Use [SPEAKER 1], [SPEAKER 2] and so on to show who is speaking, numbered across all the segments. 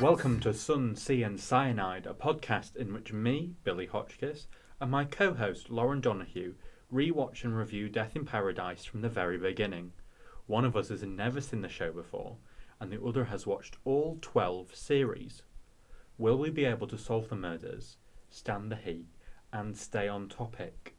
[SPEAKER 1] Welcome to Sun, Sea and Cyanide, a podcast in which me, Billy Hotchkiss, and my co host, Lauren Donahue, rewatch and review Death in Paradise from the very beginning. One of us has never seen the show before, and the other has watched all 12 series. Will we be able to solve the murders, stand the heat, and stay on topic?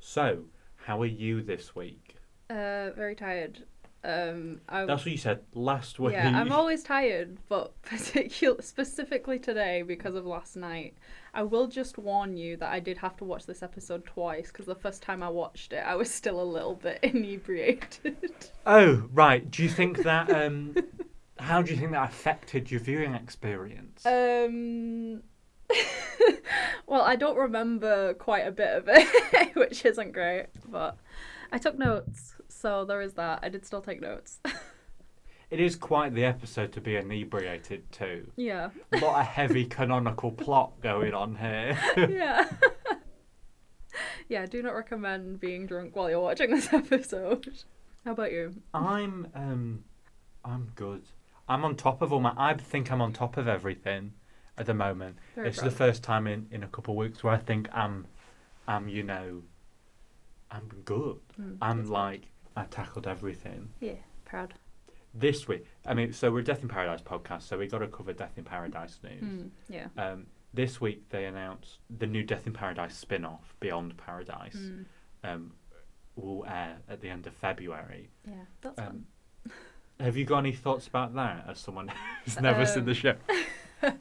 [SPEAKER 1] So, how are you this week?
[SPEAKER 2] Uh, very tired. Um, I'm,
[SPEAKER 1] That's what you said last week.
[SPEAKER 2] yeah, I'm always tired, but particular specifically today because of last night. I will just warn you that I did have to watch this episode twice because the first time I watched it, I was still a little bit inebriated.
[SPEAKER 1] Oh, right. Do you think that um how do you think that affected your viewing experience?
[SPEAKER 2] Uh, um, well, I don't remember quite a bit of it, which isn't great, but I took notes, so there is that. I did still take notes.
[SPEAKER 1] it is quite the episode to be inebriated too.
[SPEAKER 2] yeah,
[SPEAKER 1] A lot of heavy canonical plot going on here.
[SPEAKER 2] yeah. yeah, I do not recommend being drunk while you're watching this episode. How about you?
[SPEAKER 1] I'm um I'm good. I'm on top of all my I think I'm on top of everything at the moment.
[SPEAKER 2] Very
[SPEAKER 1] it's
[SPEAKER 2] proud.
[SPEAKER 1] the first time in, in a couple of weeks where I think I'm I'm, you know I'm good.
[SPEAKER 2] Mm,
[SPEAKER 1] I'm like I tackled everything.
[SPEAKER 2] Yeah, proud.
[SPEAKER 1] this week, I mean, so we're Death in Paradise podcast, so we got to cover Death in Paradise news.
[SPEAKER 2] Mm, yeah.
[SPEAKER 1] Um, this week they announced the new Death in Paradise spin off, Beyond Paradise,
[SPEAKER 2] Mm,
[SPEAKER 1] um, will air at the end of February.
[SPEAKER 2] yeah, that's fun.
[SPEAKER 1] Um, have you got any thoughts about that as someone who's never seen the
[SPEAKER 2] Um,
[SPEAKER 1] show?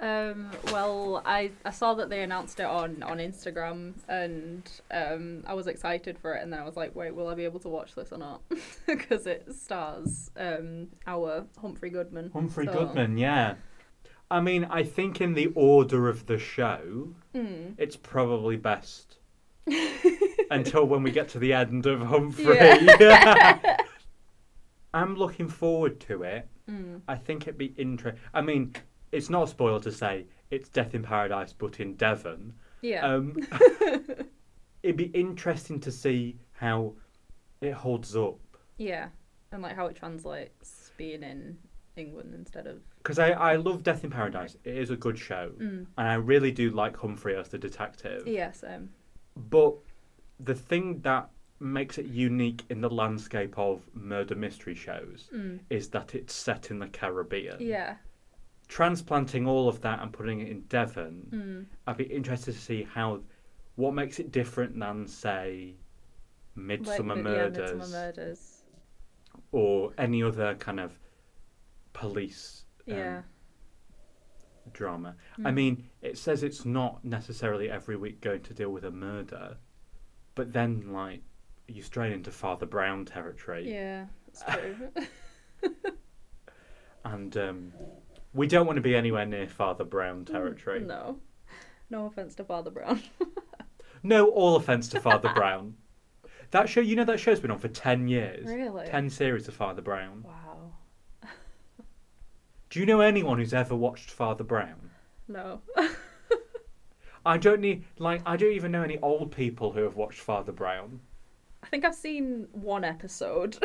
[SPEAKER 2] Um, well, I, I saw that they announced it on, on Instagram and um, I was excited for it, and then I was like, wait, will I be able to watch this or not? Because it stars um, our Humphrey Goodman.
[SPEAKER 1] Humphrey
[SPEAKER 2] so-
[SPEAKER 1] Goodman, yeah. I mean, I think in the order of the show,
[SPEAKER 2] Mm.
[SPEAKER 1] it's probably best until when we get to the end of Humphrey. I'm looking forward to it.
[SPEAKER 2] Mm.
[SPEAKER 1] I think it'd be interesting. I mean, it's not a spoiler to say it's Death in Paradise, but in Devon.
[SPEAKER 2] Yeah.
[SPEAKER 1] Um, it'd be interesting to see how it holds up
[SPEAKER 2] yeah. And like how it translates being in England instead of.
[SPEAKER 1] because I, I love Death in Paradise. It is a good show,
[SPEAKER 2] Mm.
[SPEAKER 1] and I really do like Humphrey as the detective.
[SPEAKER 2] Yes, um,
[SPEAKER 1] But the thing that makes it unique in the landscape of murder mystery shows
[SPEAKER 2] mm.
[SPEAKER 1] is that it's set in the Caribbean.
[SPEAKER 2] yeah.
[SPEAKER 1] Transplanting all of that and putting it in Devon,
[SPEAKER 2] Mm.
[SPEAKER 1] I'd be interested to see how what makes it different than say Midsummer
[SPEAKER 2] yeah,
[SPEAKER 1] Murders
[SPEAKER 2] Midsummer Murders.
[SPEAKER 1] or any other kind of police um,
[SPEAKER 2] Yeah.
[SPEAKER 1] drama. I
[SPEAKER 2] Mm.
[SPEAKER 1] mean, it says it's not necessarily every week going to deal with a murder, but then like you stray into Father Brown territory,
[SPEAKER 2] yeah. It's true.
[SPEAKER 1] and um, we don't want to be anywhere near Father Brown territory.
[SPEAKER 2] Mm, No. No offense to Father Brown.
[SPEAKER 1] No, all offense to Father Brown. That show, you know, that show's been on for ten years.
[SPEAKER 2] Really?
[SPEAKER 1] Ten series of Father Brown.
[SPEAKER 2] Wow.
[SPEAKER 1] Do you know anyone who's ever watched Father Brown?
[SPEAKER 2] No.
[SPEAKER 1] I don't need like I don't even know any old people who have watched Father Brown.
[SPEAKER 2] I think I've seen one episode.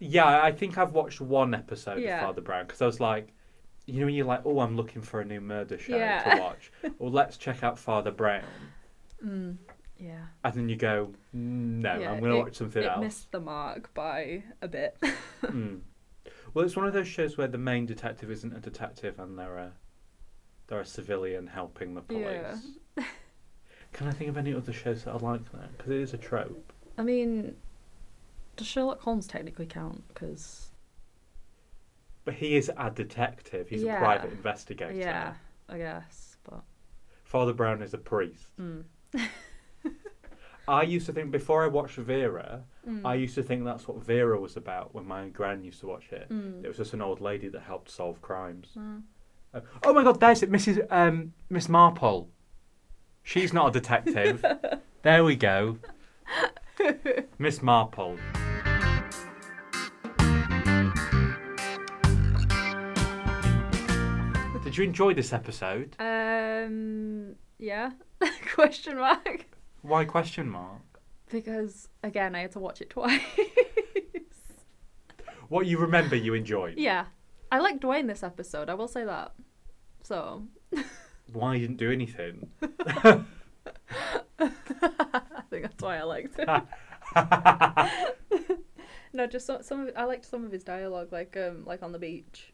[SPEAKER 1] Yeah, I think I've watched one episode
[SPEAKER 2] Yeah.
[SPEAKER 1] of Father Brown because I was like, you know, when you're like, oh, I'm looking for a new murder show
[SPEAKER 2] Yeah.
[SPEAKER 1] to watch. well, let's check out Father Brown,
[SPEAKER 2] mm. Yeah.
[SPEAKER 1] and then you go, "Mm, no,
[SPEAKER 2] Yeah,
[SPEAKER 1] I'm going to
[SPEAKER 2] it-
[SPEAKER 1] watch something
[SPEAKER 2] it
[SPEAKER 1] else.
[SPEAKER 2] missed the mark by a bit.
[SPEAKER 1] Mm. Well, it's one of those shows where the main detective isn't a detective and they're a they're a civilian helping the police.
[SPEAKER 2] Yeah.
[SPEAKER 1] Can I think of any other shows that are like that? Because it is a trope.
[SPEAKER 2] I mean, does Sherlock Holmes technically count? Because
[SPEAKER 1] But he is a detective. He's
[SPEAKER 2] Yeah.
[SPEAKER 1] a private investigator.
[SPEAKER 2] yeah, I guess, but
[SPEAKER 1] Father Brown is a priest.
[SPEAKER 2] mm.
[SPEAKER 1] I used to think before I watched Vera,
[SPEAKER 2] Mm.
[SPEAKER 1] I used to think that's what Vera was about when my gran used to watch it.
[SPEAKER 2] Mm.
[SPEAKER 1] It was just an old lady that helped solve crimes.
[SPEAKER 2] Mm.
[SPEAKER 1] Uh, oh my God, there's it, Mrs. Um, Miss Marple. She's not a detective. there we go. Miss Marple. Did you enjoy this episode?
[SPEAKER 2] Um. Yeah. Question mark.
[SPEAKER 1] Why question mark?
[SPEAKER 2] Because again, I had to watch it twice.
[SPEAKER 1] What you remember you enjoyed.
[SPEAKER 2] yeah. I like Dwayne this episode. I will say that. So
[SPEAKER 1] Why he didn't do anything?
[SPEAKER 2] I think that's why I liked it. no, just some, some of, I liked some of his dialogue, like um, like on the beach.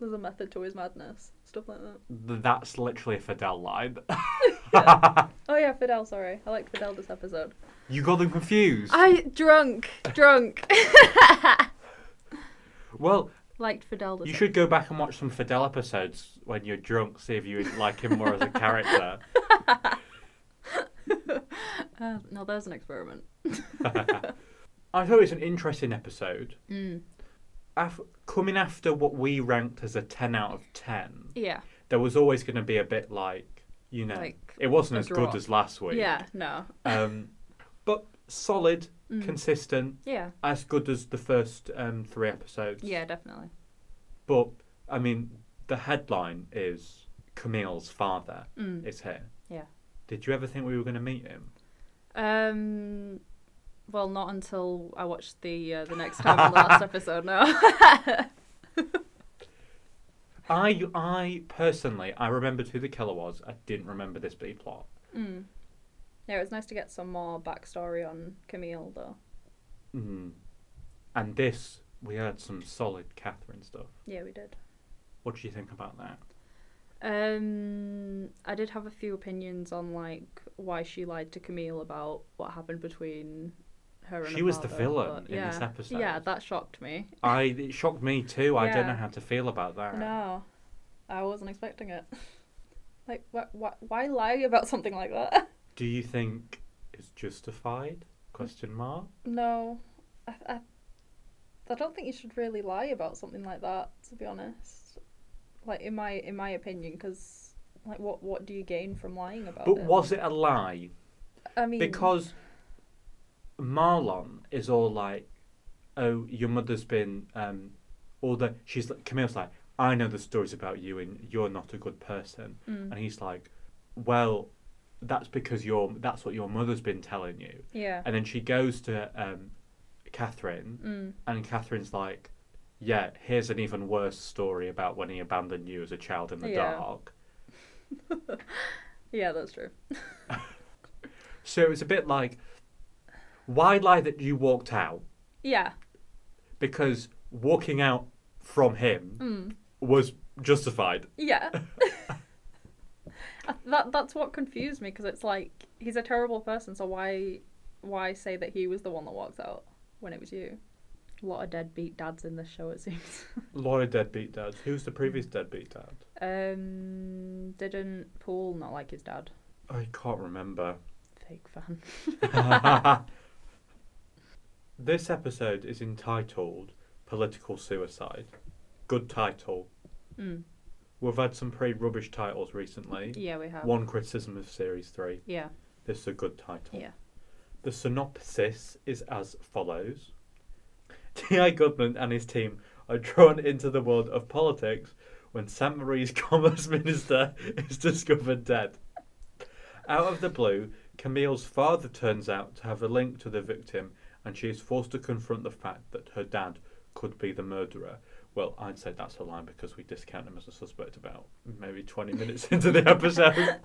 [SPEAKER 2] There's a method to his madness, stuff like that.
[SPEAKER 1] That's literally a Fidel line.
[SPEAKER 2] Oh yeah, Fidel. Sorry, I like Fidel this episode.
[SPEAKER 1] You got them confused.
[SPEAKER 2] I drunk, drunk.
[SPEAKER 1] Well,
[SPEAKER 2] Liked Fidel. This e-,
[SPEAKER 1] you should go back and watch some Fidel episodes when you're drunk, see if you like him more as a character.
[SPEAKER 2] episode. Uh, no, there's an experiment.
[SPEAKER 1] I thought it was an interesting episode.
[SPEAKER 2] Mm.
[SPEAKER 1] Af- coming after what we ranked as a 10 out of 10,
[SPEAKER 2] Yeah.
[SPEAKER 1] there was always going to be a bit like, you know,
[SPEAKER 2] Like,
[SPEAKER 1] it wasn't
[SPEAKER 2] a
[SPEAKER 1] as
[SPEAKER 2] drop.
[SPEAKER 1] good as last week.
[SPEAKER 2] Yeah. No.
[SPEAKER 1] Um, but solid,
[SPEAKER 2] Mm.
[SPEAKER 1] consistent,
[SPEAKER 2] Yeah.
[SPEAKER 1] as good as the first um, three episodes.
[SPEAKER 2] Yeah. Definitely.
[SPEAKER 1] But, I mean, the headline is Camille's father
[SPEAKER 2] Mm.
[SPEAKER 1] is here.
[SPEAKER 2] Yeah.
[SPEAKER 1] Did you ever think we were going to meet him?
[SPEAKER 2] Um, well, not until I watched the uh, the next time on the last episode. No.
[SPEAKER 1] I, I personally, I remembered who the killer was. I didn't remember this B plot.
[SPEAKER 2] Mm. Yeah, it was nice to get some more backstory on Camille, though.
[SPEAKER 1] Mm. And this, we had some solid Catherine stuff.
[SPEAKER 2] Yeah, we did.
[SPEAKER 1] What do you think about that?
[SPEAKER 2] Um, I did have a few opinions on like why she lied to Camille about what happened between her and
[SPEAKER 1] She
[SPEAKER 2] her
[SPEAKER 1] was the
[SPEAKER 2] father,
[SPEAKER 1] villain
[SPEAKER 2] but-
[SPEAKER 1] in
[SPEAKER 2] yeah.
[SPEAKER 1] this episode.
[SPEAKER 2] Yeah, that shocked me.
[SPEAKER 1] I it shocked me too. I don't
[SPEAKER 2] Yeah.
[SPEAKER 1] know how to feel about that.
[SPEAKER 2] No, I wasn't expecting it. Like, wh- wh- why lie about something like that?
[SPEAKER 1] Do you think it's justified? Question mark.
[SPEAKER 2] No, I, I, I don't think you should really lie about something like that. To be honest, like in my in my opinion, because like what what do you gain from lying about
[SPEAKER 1] But
[SPEAKER 2] it?
[SPEAKER 1] was it a lie?
[SPEAKER 2] I mean,
[SPEAKER 1] Because Marlon is all like, "Oh, your mother's been um, all the." She's like, Camille's like, "I know the stories about you, and you're not a good person."
[SPEAKER 2] Mm.
[SPEAKER 1] And he's like, "Well, that's because your that's what your mother's been telling you."
[SPEAKER 2] yeah,
[SPEAKER 1] And then she goes to um, Catherine,
[SPEAKER 2] mm,
[SPEAKER 1] and Catherine's like, "Yeah, here's an even worse story about when he abandoned you as a child in the
[SPEAKER 2] Yeah.
[SPEAKER 1] dark."
[SPEAKER 2] yeah, that's true.
[SPEAKER 1] So it's a bit like, why lie that you walked out?
[SPEAKER 2] Yeah,
[SPEAKER 1] Because walking out from him
[SPEAKER 2] mm,
[SPEAKER 1] was justified.
[SPEAKER 2] yeah. I- that that's what confused me because it's like he's a terrible person. So why why say that he was the one that walked out when it was you? A lot of deadbeat dads in this show, it seems.
[SPEAKER 1] Laura deadbeat dad. Who's the previous deadbeat dad?
[SPEAKER 2] Um, didn't Paul not like his dad?
[SPEAKER 1] I can't remember.
[SPEAKER 2] Fake fan.
[SPEAKER 1] this episode is entitled "Political Suicide." Good title.
[SPEAKER 2] Mm.
[SPEAKER 1] We've had some pretty rubbish titles recently.
[SPEAKER 2] Yeah, we have.
[SPEAKER 1] One criticism of series three.
[SPEAKER 2] Yeah,
[SPEAKER 1] This is a good title.
[SPEAKER 2] yeah.
[SPEAKER 1] The synopsis is as follows T.I. Goodman and his team are drawn into the world of politics when St. Marie's commerce minister is discovered dead. Out of the blue, Camille's father turns out to have a link to the victim, and she is forced to confront the fact that her dad could be the murderer. Well, I'd say that's a line because we discount him as a suspect about maybe 20 minutes into the episode.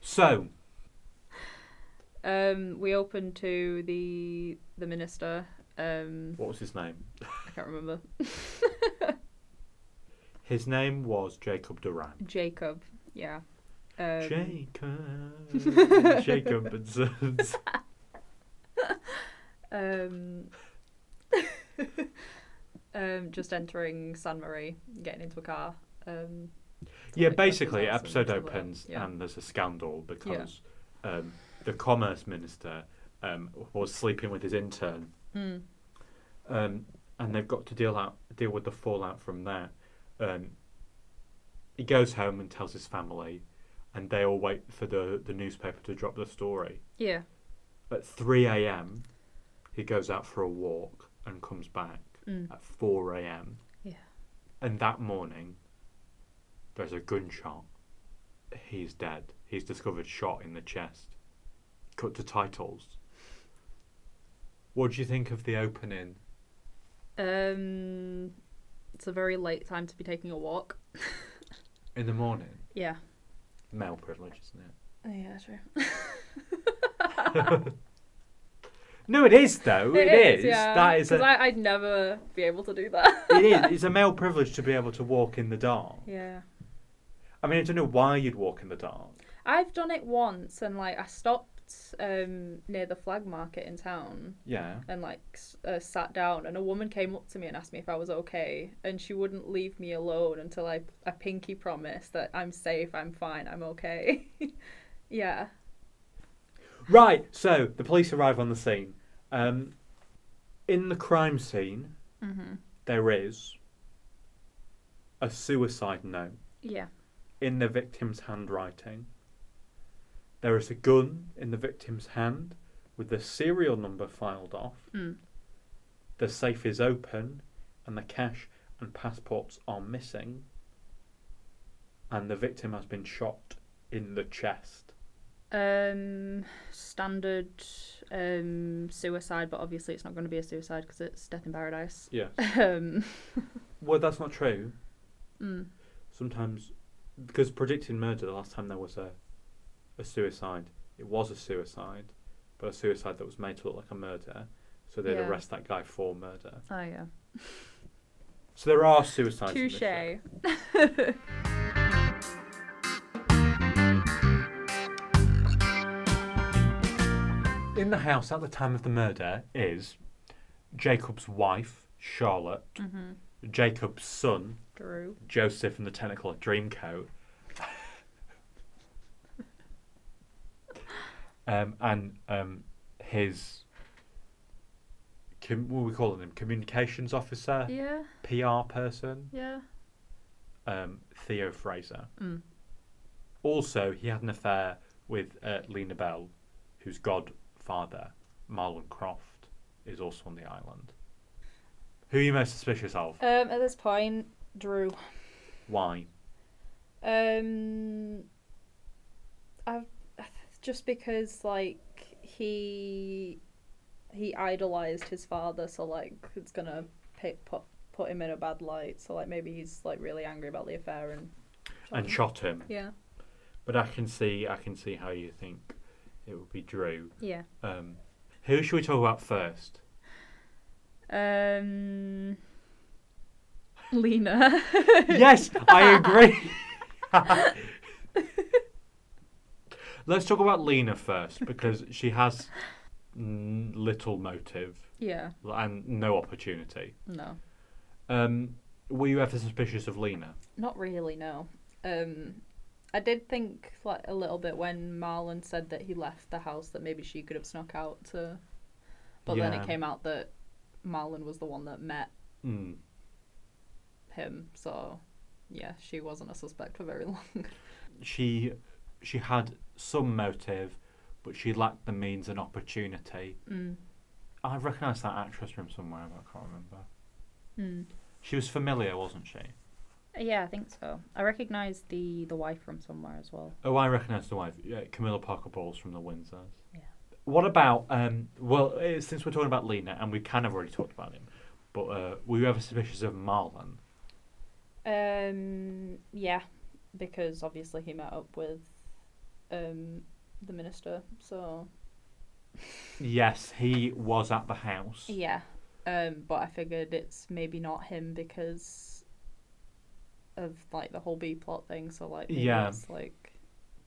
[SPEAKER 1] so,
[SPEAKER 2] Um, we opened to the the minister. Um,
[SPEAKER 1] what was his name?
[SPEAKER 2] I can't remember
[SPEAKER 1] His name was Jacob Duran.
[SPEAKER 2] Jacob. Yeah. Um,
[SPEAKER 1] Jacob. Jacob and Sons.
[SPEAKER 2] um, um, just entering San Marie, getting into a car. Um, to,
[SPEAKER 1] Yeah,
[SPEAKER 2] like, go to his
[SPEAKER 1] basically,
[SPEAKER 2] house and
[SPEAKER 1] episode
[SPEAKER 2] stuff like that.
[SPEAKER 1] opens
[SPEAKER 2] Yeah.
[SPEAKER 1] and there's a scandal because um, the commerce minister um, was sleeping with his intern,
[SPEAKER 2] Mm,
[SPEAKER 1] um, and they've got to deal out deal with the fallout from that. Um, he goes home and tells his family, and they all wait for the the newspaper to drop the story.
[SPEAKER 2] yeah.
[SPEAKER 1] At three a.m., he goes out for a walk and comes back.
[SPEAKER 2] Mm.
[SPEAKER 1] at 4 a.m.
[SPEAKER 2] Yeah.
[SPEAKER 1] And that morning, there's a gunshot. He's dead. He's discovered shot in the chest. Cut to titles. What do you think of the opening?
[SPEAKER 2] Um, it's a very late time to be taking a walk.
[SPEAKER 1] In the morning,
[SPEAKER 2] Yeah.
[SPEAKER 1] male privilege, isn't it?
[SPEAKER 2] Oh, Yeah, true.
[SPEAKER 1] No, it is though. it is. That is.
[SPEAKER 2] 'Cause
[SPEAKER 1] A,
[SPEAKER 2] I, I'd never be able to do that.
[SPEAKER 1] it is. It's a male privilege to be able to walk in the dark.
[SPEAKER 2] yeah.
[SPEAKER 1] I mean, I don't know why you'd walk in the dark.
[SPEAKER 2] I've done it once and like I stopped um, near the flag market in town
[SPEAKER 1] Yeah.
[SPEAKER 2] and like s- uh, sat down and a woman came up to me and asked me if I was okay and she wouldn't leave me alone until I, I pinky promised that I'm safe, I'm fine, I'm okay. yeah.
[SPEAKER 1] Right. So the police arrive on the scene. Um, in the crime scene,
[SPEAKER 2] Mm-hmm.
[SPEAKER 1] there is a suicide note.
[SPEAKER 2] Yeah.
[SPEAKER 1] in the victim's handwriting. There is a gun in the victim's hand with the serial number filed off.
[SPEAKER 2] Mm.
[SPEAKER 1] The safe is open and the cash and passports are missing. And the victim has been shot in the chest.
[SPEAKER 2] Um, standard um, suicide, but obviously it's not going to be a suicide because it's Death in Paradise.
[SPEAKER 1] Yes.
[SPEAKER 2] Um,
[SPEAKER 1] well, that's not true.
[SPEAKER 2] mm,
[SPEAKER 1] Sometimes, because predicting murder, the last time there was a, a suicide, it was a suicide, but a suicide that was made to look like a murder. So they'd
[SPEAKER 2] Yeah.
[SPEAKER 1] arrest that guy for murder.
[SPEAKER 2] oh yeah.
[SPEAKER 1] So there are suicides. in this show.
[SPEAKER 2] Touche.
[SPEAKER 1] In the house at the time of the murder is Jacob's wife, Charlotte,
[SPEAKER 2] hmm
[SPEAKER 1] Jacob's son,
[SPEAKER 2] Drew.
[SPEAKER 1] Joseph, and the tentacle of Dreamcoat. um, and um, his, com- what are we calling him? Communications officer,
[SPEAKER 2] Yeah,
[SPEAKER 1] PR person,
[SPEAKER 2] yeah.
[SPEAKER 1] um, Theo Fraser.
[SPEAKER 2] Mm.
[SPEAKER 1] Also, he had an affair with uh, Lena Bell, whose godfather, Marlon Croft, is also on the island. Who are you most suspicious of?
[SPEAKER 2] Um, at this point, Drew.
[SPEAKER 1] Why?
[SPEAKER 2] Um, I just because like he he idolized his father, so like it's gonna pick, put put him in a bad light. So like maybe he's like really angry about the affair and Oh.
[SPEAKER 1] And shot him.
[SPEAKER 2] yeah,
[SPEAKER 1] But I can see, I can see how you think it would be Drew.
[SPEAKER 2] yeah.
[SPEAKER 1] Um, who should we talk about first?
[SPEAKER 2] Um, Lena.
[SPEAKER 1] yes, I agree. Let's talk about Lena first because she has n- little motive
[SPEAKER 2] yeah.
[SPEAKER 1] and no opportunity.
[SPEAKER 2] No.
[SPEAKER 1] Um, were you ever suspicious of Lena?
[SPEAKER 2] Not really, no. Um, I did think like a little bit when Marlon said that he left the house that maybe she could have snuck out to, but then
[SPEAKER 1] Yeah.
[SPEAKER 2] it came out that Marlon was the one that met
[SPEAKER 1] Mm.
[SPEAKER 2] him, so yeah, she wasn't a suspect for very long.
[SPEAKER 1] She she had some motive, but she lacked the means and opportunity.
[SPEAKER 2] Mm.
[SPEAKER 1] I recognised that actress from somewhere, but I can't remember.
[SPEAKER 2] Mm.
[SPEAKER 1] She was familiar, wasn't she?
[SPEAKER 2] Yeah, I think so. I recognise the the wife from somewhere as well.
[SPEAKER 1] Oh, I recognise the wife, yeah, Camilla Parker Bowles from The Windsors.
[SPEAKER 2] Yeah.
[SPEAKER 1] What about um? Well, eh, since we're talking about Lena, and we kind of already talked about him, but uh, were you ever suspicious of Marlon?
[SPEAKER 2] Um, yeah, because obviously he met up with um the minister, so
[SPEAKER 1] Yes, he was at the house.
[SPEAKER 2] Yeah. Um, but I figured it's maybe not him because of like the whole B plot thing. So like, maybe
[SPEAKER 1] Yeah.
[SPEAKER 2] it's like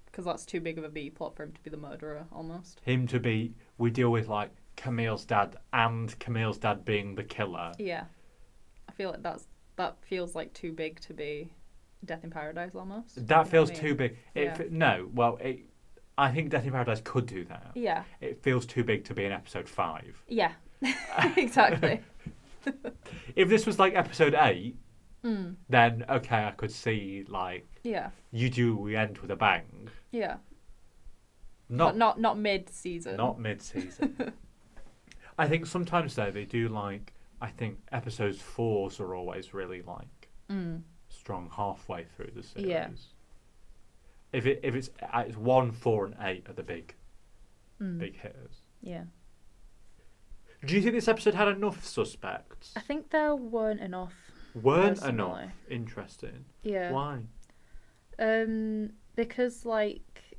[SPEAKER 2] because that's too big of a B plot for him to be the murderer almost.
[SPEAKER 1] him to be we deal with like Camille's dad and Camille's dad being the killer.
[SPEAKER 2] Yeah, I feel like that's that feels like too big to be Death in Paradise almost. You know what
[SPEAKER 1] That
[SPEAKER 2] I
[SPEAKER 1] feels
[SPEAKER 2] mean?
[SPEAKER 1] too big. It
[SPEAKER 2] Yeah.
[SPEAKER 1] fe- no, well, it, I think Death in Paradise could do that.
[SPEAKER 2] Yeah.
[SPEAKER 1] It feels too big to be in episode five.
[SPEAKER 2] Yeah. exactly.
[SPEAKER 1] If this was like episode eight,
[SPEAKER 2] Mm.
[SPEAKER 1] then okay, I could see like
[SPEAKER 2] Yeah.
[SPEAKER 1] you do we end with a bang.
[SPEAKER 2] Yeah.
[SPEAKER 1] Not
[SPEAKER 2] but not not mid season.
[SPEAKER 1] not mid season. I think sometimes though they do like I think episodes fours are always really like
[SPEAKER 2] Mm.
[SPEAKER 1] strong halfway through the series.
[SPEAKER 2] Yeah.
[SPEAKER 1] If it if it's uh, it's one, four, and eight are the big
[SPEAKER 2] Mm.
[SPEAKER 1] big hitters.
[SPEAKER 2] Yeah.
[SPEAKER 1] Do you think this episode had enough suspects?
[SPEAKER 2] I think there weren't enough.
[SPEAKER 1] weren't enough
[SPEAKER 2] Uh, Personally.
[SPEAKER 1] interesting.
[SPEAKER 2] Yeah.
[SPEAKER 1] Why?
[SPEAKER 2] Um, because like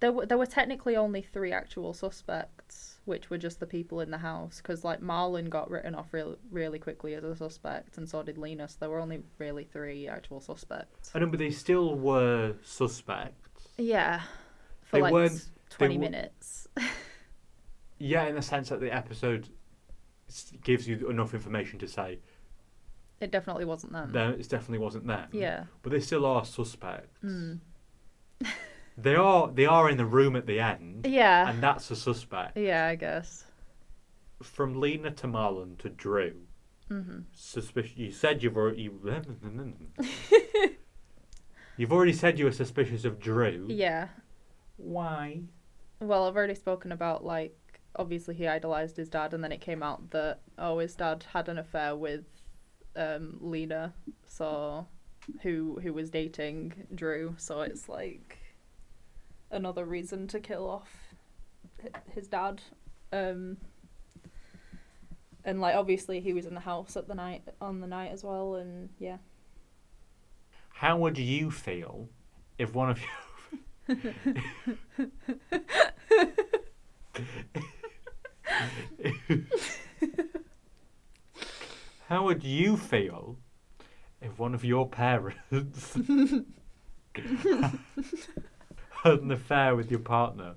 [SPEAKER 2] there were there were technically only three actual suspects, which were just the people in the house. Because like Marlon got written off really really quickly as a suspect, and so did Lena. So there were only really three actual suspects.
[SPEAKER 1] I know, but they still were suspects.
[SPEAKER 2] Yeah, for
[SPEAKER 1] They
[SPEAKER 2] like
[SPEAKER 1] weren't-
[SPEAKER 2] twenty
[SPEAKER 1] wa-
[SPEAKER 2] minutes.
[SPEAKER 1] Yeah, in the sense that the episode s- gives you enough information to say
[SPEAKER 2] It definitely wasn't them.
[SPEAKER 1] there it definitely wasn't them.
[SPEAKER 2] Mm. Yeah.
[SPEAKER 1] but they still are suspects.
[SPEAKER 2] Mm.
[SPEAKER 1] They are they are in the room at the end,
[SPEAKER 2] Yeah.
[SPEAKER 1] and that's a suspect.
[SPEAKER 2] Yeah, I guess.
[SPEAKER 1] From Lena to Marlon to Drew,
[SPEAKER 2] Mm-hmm.
[SPEAKER 1] suspicious. You said you've already you, you've already said you were suspicious of Drew.
[SPEAKER 2] Yeah.
[SPEAKER 1] Why?
[SPEAKER 2] Well, I've already spoken about like obviously he idolized his dad, and then it came out that oh his dad had an affair with um, Lena, so who who was dating Drew. So it's like another reason to kill off hi- his dad. Um, and like obviously he was in the house at the night on the night as well, and yeah.
[SPEAKER 1] How would you feel if one of you? How would you feel if one of your parents had an affair with your partner?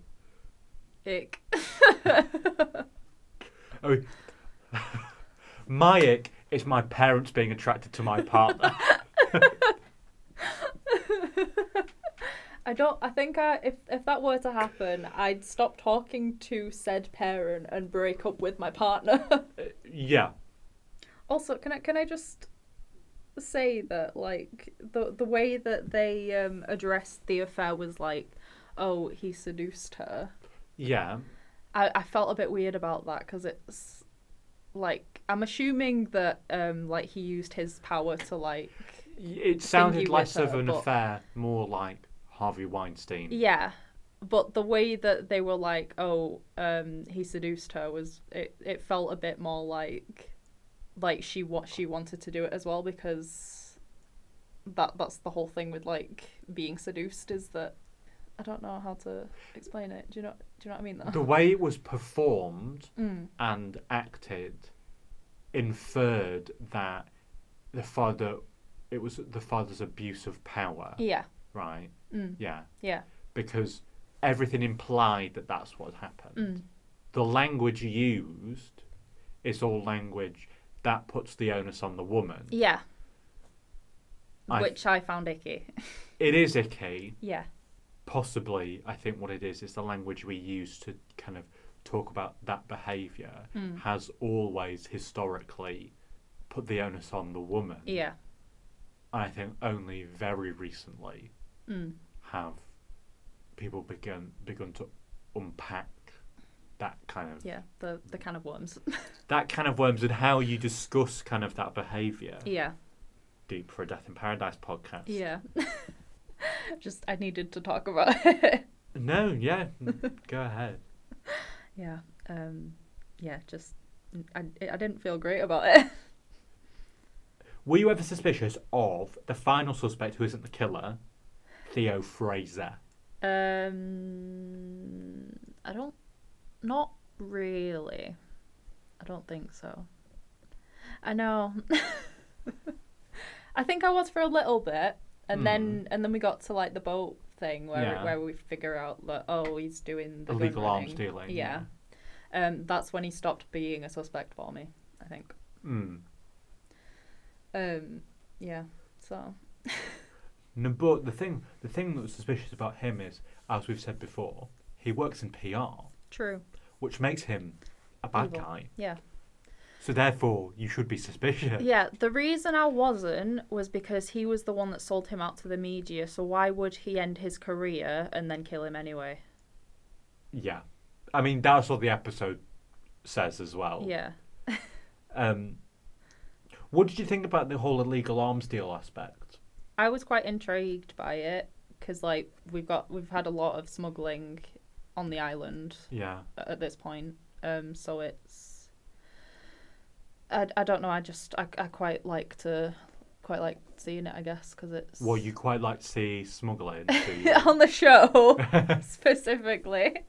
[SPEAKER 2] Ick.
[SPEAKER 1] Oh, my ick is my parents being attracted to my partner.
[SPEAKER 2] I don't. I think I if if that were to happen, I'd stop talking to said parent and break up with my partner.
[SPEAKER 1] yeah,
[SPEAKER 2] also, can I can I just say that like the the way that they um, addressed the affair was like, oh, he seduced her.
[SPEAKER 1] yeah.
[SPEAKER 2] I, I felt a bit weird about that because it's like I'm assuming that um like he used his power to like
[SPEAKER 1] It sounded
[SPEAKER 2] with
[SPEAKER 1] less of
[SPEAKER 2] her,
[SPEAKER 1] an
[SPEAKER 2] but-
[SPEAKER 1] affair, more like Harvey Weinstein.
[SPEAKER 2] Yeah, but the way that they were like, oh, um, he seduced her was it. It felt a bit more like, like she what she wanted to do it as well because that that's the whole thing with like being seduced is that I don't know how to explain it. Do you know? Do you know what I mean? Though.
[SPEAKER 1] The way it was performed
[SPEAKER 2] Mm.
[SPEAKER 1] and acted inferred that the father, it was the father's abuse of power,
[SPEAKER 2] Yeah.
[SPEAKER 1] right?
[SPEAKER 2] Mm.
[SPEAKER 1] Yeah,
[SPEAKER 2] Yeah.
[SPEAKER 1] because everything implied that that's what happened.
[SPEAKER 2] Mm.
[SPEAKER 1] The language used is all language that puts the onus on the woman.
[SPEAKER 2] Yeah.
[SPEAKER 1] I-
[SPEAKER 2] Which I found icky.
[SPEAKER 1] It is icky.
[SPEAKER 2] yeah.
[SPEAKER 1] possibly I think what it is is the language we use to kind of talk about that behaviour
[SPEAKER 2] Mm.
[SPEAKER 1] has always historically put the onus on the woman.
[SPEAKER 2] Yeah.
[SPEAKER 1] And I think only very recently
[SPEAKER 2] Mm.
[SPEAKER 1] have people begun begun to unpack that kind of
[SPEAKER 2] Yeah. The the can of worms.
[SPEAKER 1] that kind of worms and how you discuss kind of that behaviour.
[SPEAKER 2] yeah.
[SPEAKER 1] Deep for a Death in Paradise podcast.
[SPEAKER 2] Yeah. Just I needed to talk about it.
[SPEAKER 1] No, yeah. n- go ahead.
[SPEAKER 2] Yeah. Um yeah, just I, I didn't feel great about it.
[SPEAKER 1] Were you ever suspicious of the final suspect who isn't the killer, Theo Fraser?
[SPEAKER 2] Um I don't not really. I don't think so. I know. I think I was for a little bit and then and then we got to like the boat thing where
[SPEAKER 1] Yeah.
[SPEAKER 2] where we figure out that oh he's doing the gun
[SPEAKER 1] Illegal arms
[SPEAKER 2] running.
[SPEAKER 1] dealing.
[SPEAKER 2] Yeah. Um, that's when he stopped being a suspect for me, I think.
[SPEAKER 1] Mm.
[SPEAKER 2] Um, yeah. So.
[SPEAKER 1] No, but the thing, the thing that was suspicious about him is, as we've said before, he works in PR,
[SPEAKER 2] True.
[SPEAKER 1] which makes him a bad
[SPEAKER 2] Evil.
[SPEAKER 1] guy.
[SPEAKER 2] Yeah.
[SPEAKER 1] So therefore, you should be suspicious.
[SPEAKER 2] Yeah. The reason I wasn't was because he was the one that sold him out to the media. So why would he end his career and then kill him anyway?
[SPEAKER 1] Yeah. I mean, that's what the episode says as well.
[SPEAKER 2] Yeah.
[SPEAKER 1] Um, what did you think about the whole illegal arms deal aspect?
[SPEAKER 2] I was quite intrigued by it because like we've got we've had a lot of smuggling on the island
[SPEAKER 1] Yeah.
[SPEAKER 2] at this point. Um, so it's
[SPEAKER 3] I, I don't know. I just I, I quite like to quite like seeing it. I guess because it's
[SPEAKER 1] Well, you quite like to see smuggling. do you?
[SPEAKER 2] on the show specifically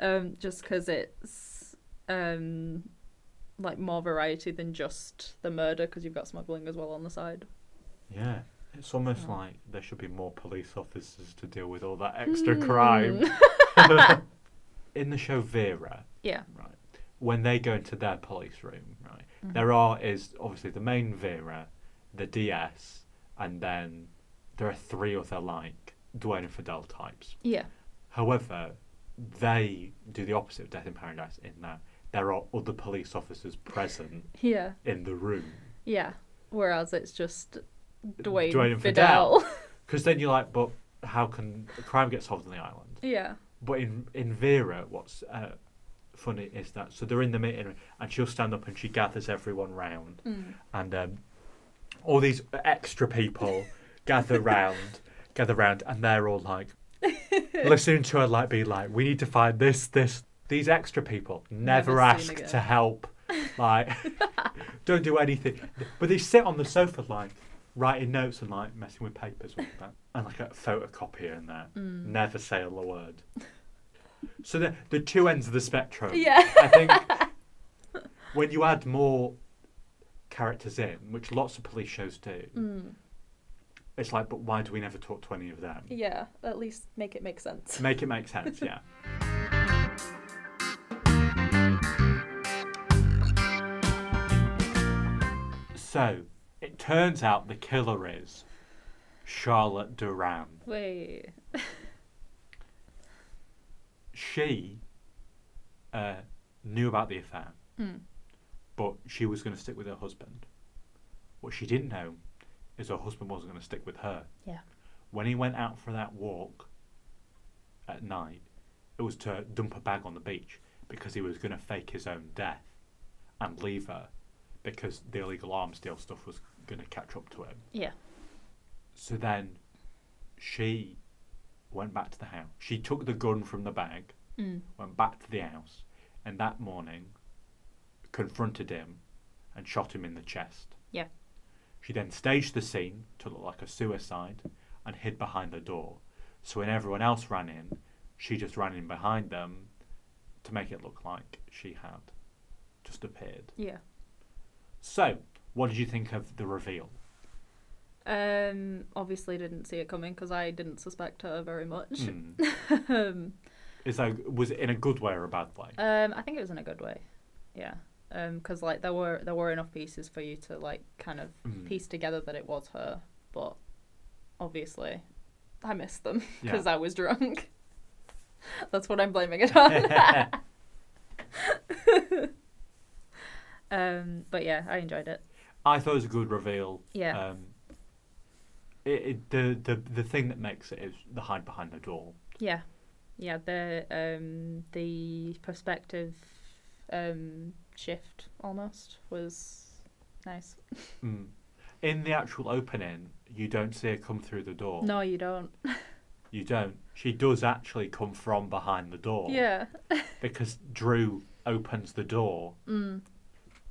[SPEAKER 2] um just because it's um like more variety than just the murder because you've got smuggling as well on the side
[SPEAKER 1] yeah. It's almost
[SPEAKER 3] Oh.
[SPEAKER 1] like there should be more police officers to deal with all that extra crime. In the show Vera,
[SPEAKER 3] yeah
[SPEAKER 1] right, when they go into their police room, right,
[SPEAKER 3] Mhm.
[SPEAKER 1] there are is obviously the main Vera, the DS, and then there are three other like Dwayne and Fidel types.
[SPEAKER 3] yeah
[SPEAKER 1] However, they do the opposite of Death in Paradise in that there are other police officers present
[SPEAKER 2] yeah
[SPEAKER 1] in the room.
[SPEAKER 2] yeah whereas it's just Dwayne,
[SPEAKER 1] Dwayne and
[SPEAKER 2] Fidel,
[SPEAKER 1] Because then you're like, but how can crime get solved on the island?
[SPEAKER 2] yeah
[SPEAKER 1] But in in Vera, what's uh, funny is that so they're in the meeting room and she'll stand up and she gathers everyone round
[SPEAKER 2] Mm.
[SPEAKER 1] and um, all these extra people gather round, gather round, and they're all like listening to her like be like, we need to find this this. These extra people never,
[SPEAKER 2] Never seen
[SPEAKER 1] ask
[SPEAKER 2] again.
[SPEAKER 1] to help, like don't do anything. But they sit on the sofa like writing notes and like messing with papers and all that, and like a photocopier in there. Never say a word. So the the two ends of the spectrum.
[SPEAKER 2] yeah
[SPEAKER 1] I think when you add more characters in, which lots of police shows do,
[SPEAKER 2] mm.
[SPEAKER 1] it's like, but why do we never talk to any of them?
[SPEAKER 2] yeah at least make it make sense
[SPEAKER 1] To make it make sense, yeah. so, it turns out the killer is Charlotte Duran.
[SPEAKER 2] wait
[SPEAKER 1] She uh, knew about the affair.
[SPEAKER 3] Mm.
[SPEAKER 1] but she was going to stick with her husband. What she didn't know is her husband wasn't going to stick with her.
[SPEAKER 3] Yeah.
[SPEAKER 1] When he went out for that walk at night, it was to dump a bag on the beach because he was going to fake his own death and leave her because the illegal arms deal stuff was going to catch up to him.
[SPEAKER 3] yeah
[SPEAKER 1] So then she went back to the house. She took the gun from the bag,
[SPEAKER 3] Mm.
[SPEAKER 1] went back to the house, and that morning confronted him and shot him in the chest.
[SPEAKER 3] Yeah.
[SPEAKER 1] She then staged the scene to look like a suicide and hid behind the door. So when everyone else ran in, she just ran in behind them to make it look like she had just appeared.
[SPEAKER 3] yeah.
[SPEAKER 1] So, what did you think of the reveal?
[SPEAKER 2] um obviously didn't see it coming because i didn't suspect her very much
[SPEAKER 1] Hmm.
[SPEAKER 2] um
[SPEAKER 1] Is that, was it in a good way or a bad way?
[SPEAKER 2] Um, I think it was in a good way. Yeah. Um, because like there were there were enough pieces for you to like kind of
[SPEAKER 1] Mm.
[SPEAKER 2] piece together that it was her, but obviously, I missed them
[SPEAKER 1] Yeah.
[SPEAKER 2] because I was drunk. That's what I'm blaming it on. um, but yeah, I enjoyed it.
[SPEAKER 1] I thought it was a good reveal.
[SPEAKER 3] Yeah.
[SPEAKER 1] Um, it, it, the the the thing that makes it is the hide behind the door.
[SPEAKER 3] Yeah.
[SPEAKER 2] Yeah, the um the perspective um shift almost was nice.
[SPEAKER 1] Mm. In the actual opening, you don't see her come through the door.
[SPEAKER 2] No, you don't.
[SPEAKER 1] You don't. She does actually come from behind the door.
[SPEAKER 2] Yeah.
[SPEAKER 1] Because Drew opens the door,
[SPEAKER 2] Mm.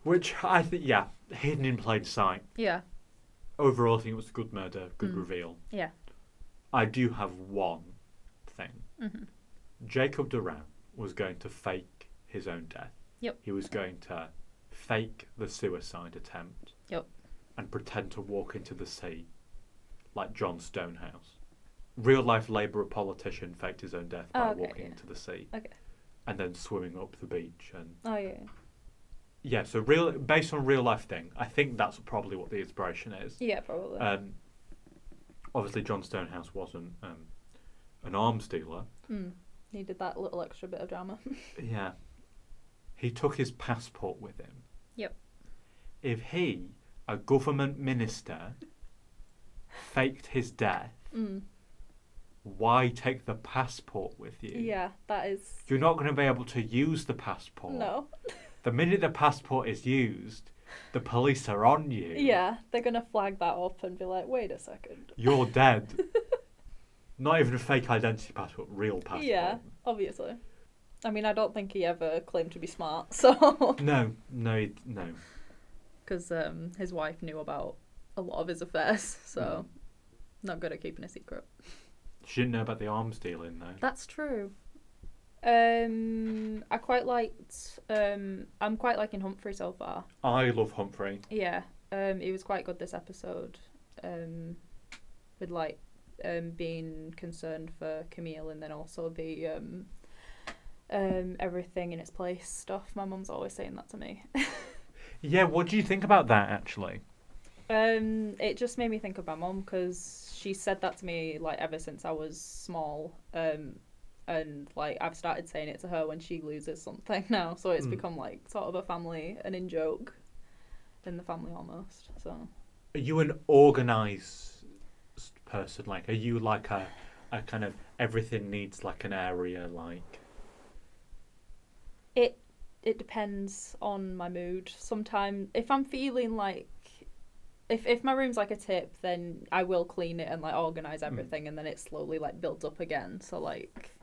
[SPEAKER 1] which I think yeah, hidden in plain sight.
[SPEAKER 2] Yeah.
[SPEAKER 1] Overall, I think it was a good murder, good
[SPEAKER 3] Mm.
[SPEAKER 1] reveal.
[SPEAKER 3] Yeah.
[SPEAKER 1] I do have one thing.
[SPEAKER 2] hmm
[SPEAKER 1] Jacob Duran was going to fake his own death.
[SPEAKER 3] Yep.
[SPEAKER 1] He was going to fake the suicide attempt.
[SPEAKER 3] Yep.
[SPEAKER 1] And pretend to walk into the sea like John Stonehouse. Real life Labour politician faked his own death by
[SPEAKER 2] Oh, okay,
[SPEAKER 1] walking
[SPEAKER 2] yeah.
[SPEAKER 1] into the sea.
[SPEAKER 2] Okay.
[SPEAKER 1] And then swimming up the beach and
[SPEAKER 2] Oh yeah.
[SPEAKER 1] yeah, so real based on real life thing, I think that's probably what the inspiration is.
[SPEAKER 2] Yeah, probably.
[SPEAKER 1] Um, obviously John Stonehouse wasn't um, an arms dealer.
[SPEAKER 2] Mm. Needed that little extra bit of drama.
[SPEAKER 1] Yeah. He took his passport with him.
[SPEAKER 2] Yep.
[SPEAKER 1] If he, a government minister, faked his death,
[SPEAKER 2] Mm.
[SPEAKER 1] why take the passport with you?
[SPEAKER 2] Yeah, that is.
[SPEAKER 1] You're not going to be able to use the passport.
[SPEAKER 2] No.
[SPEAKER 1] The minute the passport is used, the police are on you.
[SPEAKER 2] Yeah, they're gonna flag that up and be like, wait a second.
[SPEAKER 1] You're dead. not even a fake identity passport, real passport.
[SPEAKER 2] Yeah, obviously. I mean, I don't think he ever claimed to be smart, so
[SPEAKER 1] No, no, it- no.
[SPEAKER 2] because um, his wife knew about a lot of his affairs, so not good at keeping a secret.
[SPEAKER 1] She didn't know about the arms dealing though.
[SPEAKER 2] That's true. Um, I quite liked. Um, I'm quite liking Humphrey so far.
[SPEAKER 1] I love Humphrey.
[SPEAKER 2] Yeah, um, he was quite good this episode. Um, with like um, being concerned for Camille and then also the um, um, everything in its place stuff. My mum's always saying that to me.
[SPEAKER 1] Yeah, what do you think about that actually?
[SPEAKER 2] Um, it just made me think of my mum because she said that to me like ever since I was small. Um, and like I've started saying it to her when she loses something now, so it's
[SPEAKER 1] Mm.
[SPEAKER 2] become like sort of a family, an in joke, in the family almost. So
[SPEAKER 1] Are you an organized person? Like, are you like a, a kind of everything needs like an area? Like,
[SPEAKER 2] it it depends on my mood. Sometimes if I'm feeling like if if my room's like a tip, then I will clean it and like organize
[SPEAKER 1] Hmm.
[SPEAKER 2] everything, and then it slowly like builds up again. So like,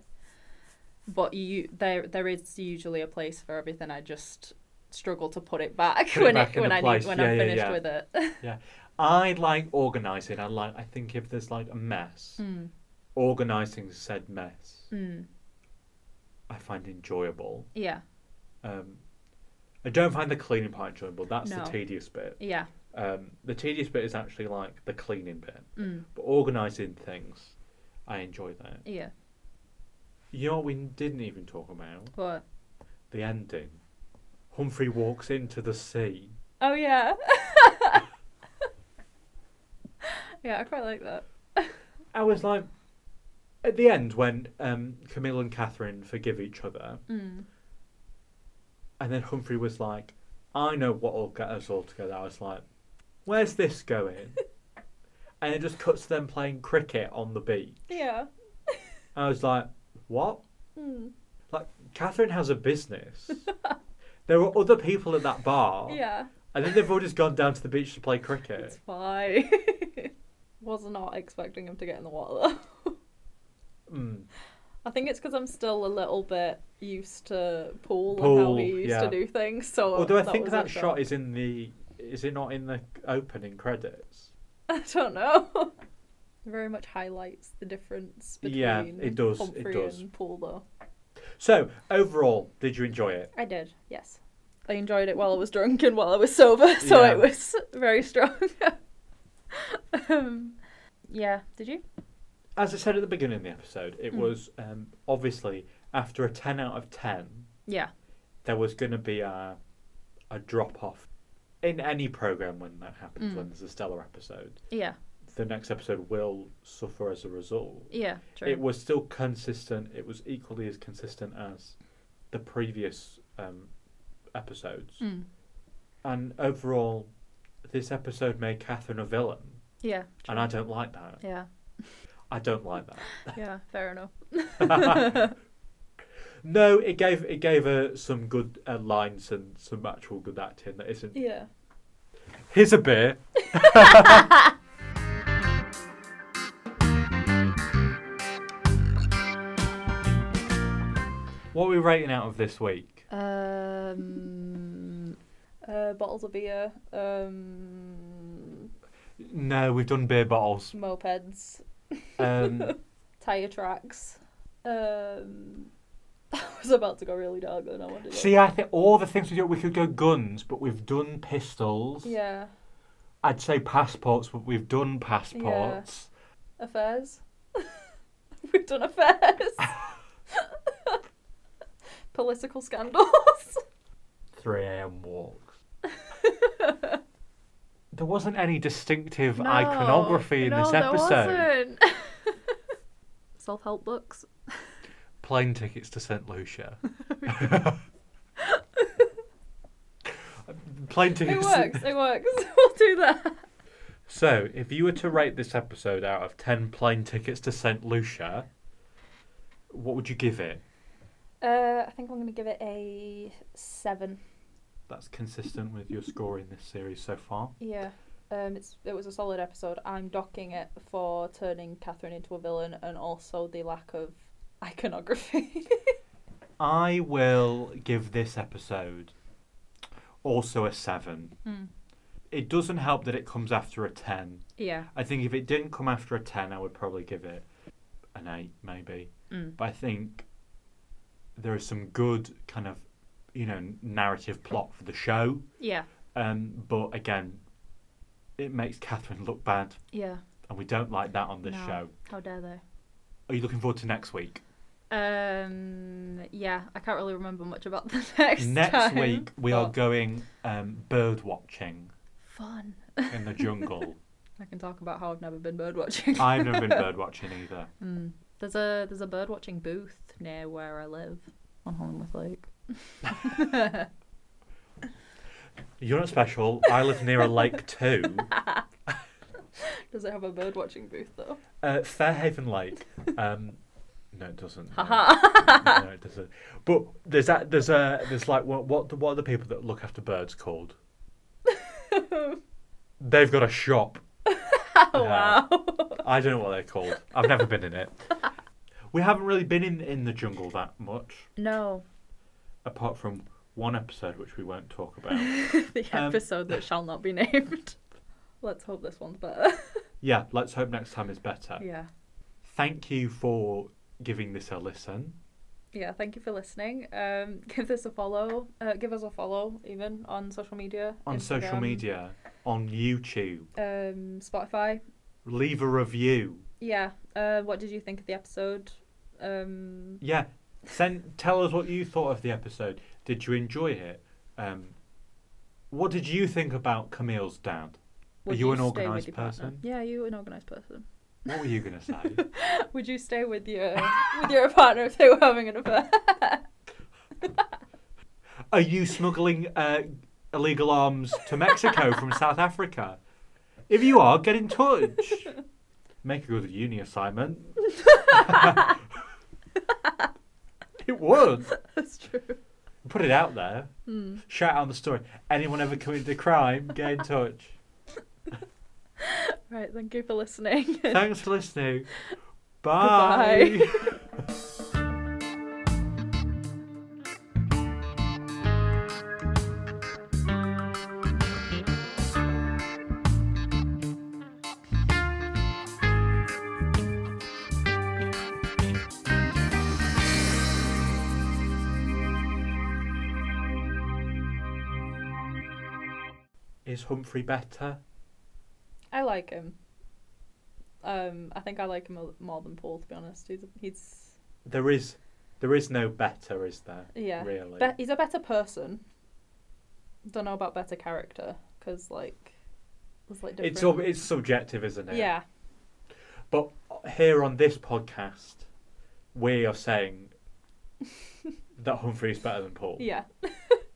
[SPEAKER 2] but you there there is usually a place for everything. I just struggle to put it back
[SPEAKER 1] Put it
[SPEAKER 2] when
[SPEAKER 1] back
[SPEAKER 2] it,
[SPEAKER 1] in
[SPEAKER 2] when
[SPEAKER 1] the
[SPEAKER 2] I
[SPEAKER 1] place.
[SPEAKER 2] need, when
[SPEAKER 1] Yeah,
[SPEAKER 2] I'm
[SPEAKER 1] yeah,
[SPEAKER 2] finished
[SPEAKER 1] yeah.
[SPEAKER 2] with it.
[SPEAKER 1] I like organizing. I like. I think if there's like a mess,
[SPEAKER 2] mm,
[SPEAKER 1] organizing said mess,
[SPEAKER 2] mm,
[SPEAKER 1] I find enjoyable.
[SPEAKER 2] yeah,
[SPEAKER 1] Um, I don't find the cleaning part enjoyable. That's
[SPEAKER 2] No.
[SPEAKER 1] the tedious bit.
[SPEAKER 2] yeah,
[SPEAKER 1] Um, the tedious bit is actually like the cleaning bit,
[SPEAKER 2] mm,
[SPEAKER 1] but organizing things, I enjoy that.
[SPEAKER 2] yeah.
[SPEAKER 1] You know what we didn't even talk about?
[SPEAKER 2] But
[SPEAKER 1] The ending. Humphrey walks into the sea.
[SPEAKER 2] oh yeah, yeah. I quite like that.
[SPEAKER 1] I was like, at the end when um, Camille and Catherine forgive each other,
[SPEAKER 2] Mm,
[SPEAKER 1] and then Humphrey was like, "I know what will get us all together." I was like, "Where's this going?" and it just cuts to them playing cricket on the beach.
[SPEAKER 2] yeah.
[SPEAKER 1] I was like, "What?"
[SPEAKER 2] Mm,
[SPEAKER 1] Like Catherine has a business. there were other people at that bar,
[SPEAKER 2] yeah.
[SPEAKER 1] and then they've all just gone down to the beach to play
[SPEAKER 2] It's
[SPEAKER 1] cricket.
[SPEAKER 2] fine. Was not expecting him to get in the water. though.
[SPEAKER 1] Mm.
[SPEAKER 2] I think it's because I'm still a little bit used to pool, and how
[SPEAKER 1] Pool,
[SPEAKER 2] we used
[SPEAKER 1] yeah.
[SPEAKER 2] to do things. So
[SPEAKER 1] Although I think
[SPEAKER 2] was
[SPEAKER 1] that
[SPEAKER 2] a
[SPEAKER 1] shot
[SPEAKER 2] shock.
[SPEAKER 1] is in the is it not in the opening credits?
[SPEAKER 2] I don't know. Very much highlights the difference between
[SPEAKER 1] Yeah, it does, it
[SPEAKER 2] Humphrey
[SPEAKER 1] does.
[SPEAKER 2] and Pool, though.
[SPEAKER 1] So overall, did you enjoy it?
[SPEAKER 2] I did, yes. I enjoyed it while I was drunk and while I was sober, so
[SPEAKER 1] Yeah.
[SPEAKER 2] it was very strong. um, yeah, did you?
[SPEAKER 1] As I said at the beginning of the episode, it
[SPEAKER 2] Mm.
[SPEAKER 1] was um, obviously after a ten out of ten,
[SPEAKER 3] Yeah.
[SPEAKER 1] there was going to be a a drop off in any program when that happens.
[SPEAKER 3] Mm.
[SPEAKER 1] When there's a stellar episode,
[SPEAKER 3] Yeah.
[SPEAKER 1] the next episode will suffer as a result.
[SPEAKER 3] Yeah. True.
[SPEAKER 1] It was still consistent. It was equally as consistent as the previous um, episodes.
[SPEAKER 3] Mm.
[SPEAKER 1] And overall, this episode made Catherine a villain,
[SPEAKER 3] Yeah.
[SPEAKER 1] and I don't like that.
[SPEAKER 3] Yeah.
[SPEAKER 1] I don't like that.
[SPEAKER 3] Yeah. Fair enough.
[SPEAKER 1] No, it gave it gave her some good uh, lines and some actual good acting that isn't.
[SPEAKER 2] Yeah.
[SPEAKER 1] Here's a beer. what are we rating out of this week?
[SPEAKER 3] Um.
[SPEAKER 2] Uh, bottles of beer, um,
[SPEAKER 1] No, we've done beer bottles.
[SPEAKER 2] mopeds,
[SPEAKER 1] Um,
[SPEAKER 2] tire tracks. Um, I was about to go really dark then. I wanted. to-
[SPEAKER 1] see, I think all the things we do, we could go guns, but we've done pistols.
[SPEAKER 2] Yeah.
[SPEAKER 1] I'd say passports, but we've done passports.
[SPEAKER 2] Affairs. We've done affairs. Political scandals.
[SPEAKER 1] 3 a.m. walks. there wasn't any distinctive
[SPEAKER 3] no,
[SPEAKER 1] iconography in
[SPEAKER 3] no,
[SPEAKER 1] this
[SPEAKER 3] there
[SPEAKER 1] episode.
[SPEAKER 3] wasn't. Self-help books.
[SPEAKER 1] Plane tickets to St. Lucia. Plane
[SPEAKER 2] It
[SPEAKER 1] tickets.
[SPEAKER 2] works. It works. We'll do that.
[SPEAKER 1] So, if you were to rate this episode out of 10 plane tickets to St. Lucia, what would you give it?
[SPEAKER 2] Uh, I think I'm gonna give it a seven.
[SPEAKER 1] That's consistent with your score in this series so far.
[SPEAKER 2] Yeah. Um, it's it was a solid episode. I'm docking it for turning Catherine into a villain and also the lack of iconography.
[SPEAKER 1] I will give this episode also a seven.
[SPEAKER 2] Hmm.
[SPEAKER 3] Mm.
[SPEAKER 1] It doesn't help that it comes after a ten.
[SPEAKER 2] Yeah.
[SPEAKER 1] I think if it didn't come after a ten, I would probably give it an eight, maybe.
[SPEAKER 2] Hmm.
[SPEAKER 3] Mm.
[SPEAKER 1] But I think there is some good kind of you know narrative plot for the show.
[SPEAKER 3] Yeah.
[SPEAKER 1] Um, but again, it makes Catherine look bad,
[SPEAKER 3] Yeah.
[SPEAKER 1] and we don't like that on this
[SPEAKER 3] No.
[SPEAKER 1] show.
[SPEAKER 3] How dare they?
[SPEAKER 1] Are you looking forward to next week?
[SPEAKER 2] Um. Yeah, I can't really remember much about the next.
[SPEAKER 1] next
[SPEAKER 2] time,
[SPEAKER 1] week we are
[SPEAKER 2] but
[SPEAKER 1] going um, bird watching
[SPEAKER 3] Fun.
[SPEAKER 1] in the jungle.
[SPEAKER 2] I can talk about how I've never been bird watching.
[SPEAKER 1] I've never been bird watching either.
[SPEAKER 3] Mm. There's a there's a bird watching booth near where I live on Hollingworth Lake.
[SPEAKER 1] You're not special. I live near a lake too,
[SPEAKER 2] Does it have a bird watching booth though?
[SPEAKER 1] uh, Fairhaven Lake. Um, no, it doesn't. no.
[SPEAKER 2] Haha.
[SPEAKER 1] no, it doesn't. But there's that. There's a. There's like what what the, what are the people that look after birds called? They've got a shop. wow. I don't know what they're called. I've never been in it. We haven't really been in in the jungle that much,
[SPEAKER 3] No,
[SPEAKER 1] apart from one episode which we won't talk about.
[SPEAKER 2] the
[SPEAKER 1] Um,
[SPEAKER 2] episode that shall not be named. Let's hope this one's better.
[SPEAKER 1] Yeah, let's hope next time is better.
[SPEAKER 2] yeah.
[SPEAKER 1] Thank you for giving this a listen.
[SPEAKER 2] Yeah, thank you for listening. Um, give this a follow. Uh, give us a follow, even on social media.
[SPEAKER 1] On social
[SPEAKER 2] Instagram,
[SPEAKER 1] media, on YouTube,
[SPEAKER 2] Um, Spotify.
[SPEAKER 1] leave a review.
[SPEAKER 2] Yeah. Uh, what did you think of the episode? Um,
[SPEAKER 1] Yeah, send tell us what you thought of the episode. Did you enjoy it? Um, what did you think about Camille's dad?
[SPEAKER 2] would
[SPEAKER 1] you an
[SPEAKER 2] stay with
[SPEAKER 1] organised
[SPEAKER 2] your partner?
[SPEAKER 1] person?
[SPEAKER 3] yeah, you an organised person.
[SPEAKER 1] What were you gonna say?
[SPEAKER 2] Would you stay with your with your partner if they were having an affair?
[SPEAKER 1] Are you smuggling uh, illegal arms to Mexico from South Africa? If you are, get in touch. Make a good uni assignment. it would.
[SPEAKER 2] That's true.
[SPEAKER 1] Put it out there.
[SPEAKER 2] Hmm.
[SPEAKER 1] Shout out the story. Anyone ever committed a crime, get in touch.
[SPEAKER 2] Right. Thank you for listening.
[SPEAKER 1] Thanks for listening.
[SPEAKER 2] Goodbye.
[SPEAKER 1] Bye. Is Humphrey better?
[SPEAKER 2] I like him. Um, I think I like him a- more than Paul. To be honest, he's he's
[SPEAKER 1] There is, there is no better, is there?
[SPEAKER 2] yeah.
[SPEAKER 1] Really.
[SPEAKER 2] Be- he's a better person. Don't know about better character because like there's like different.
[SPEAKER 1] It's sub- it's subjective, isn't it?
[SPEAKER 2] yeah.
[SPEAKER 1] But here on this podcast, we are saying that Humphrey is better than Paul.
[SPEAKER 2] Yeah.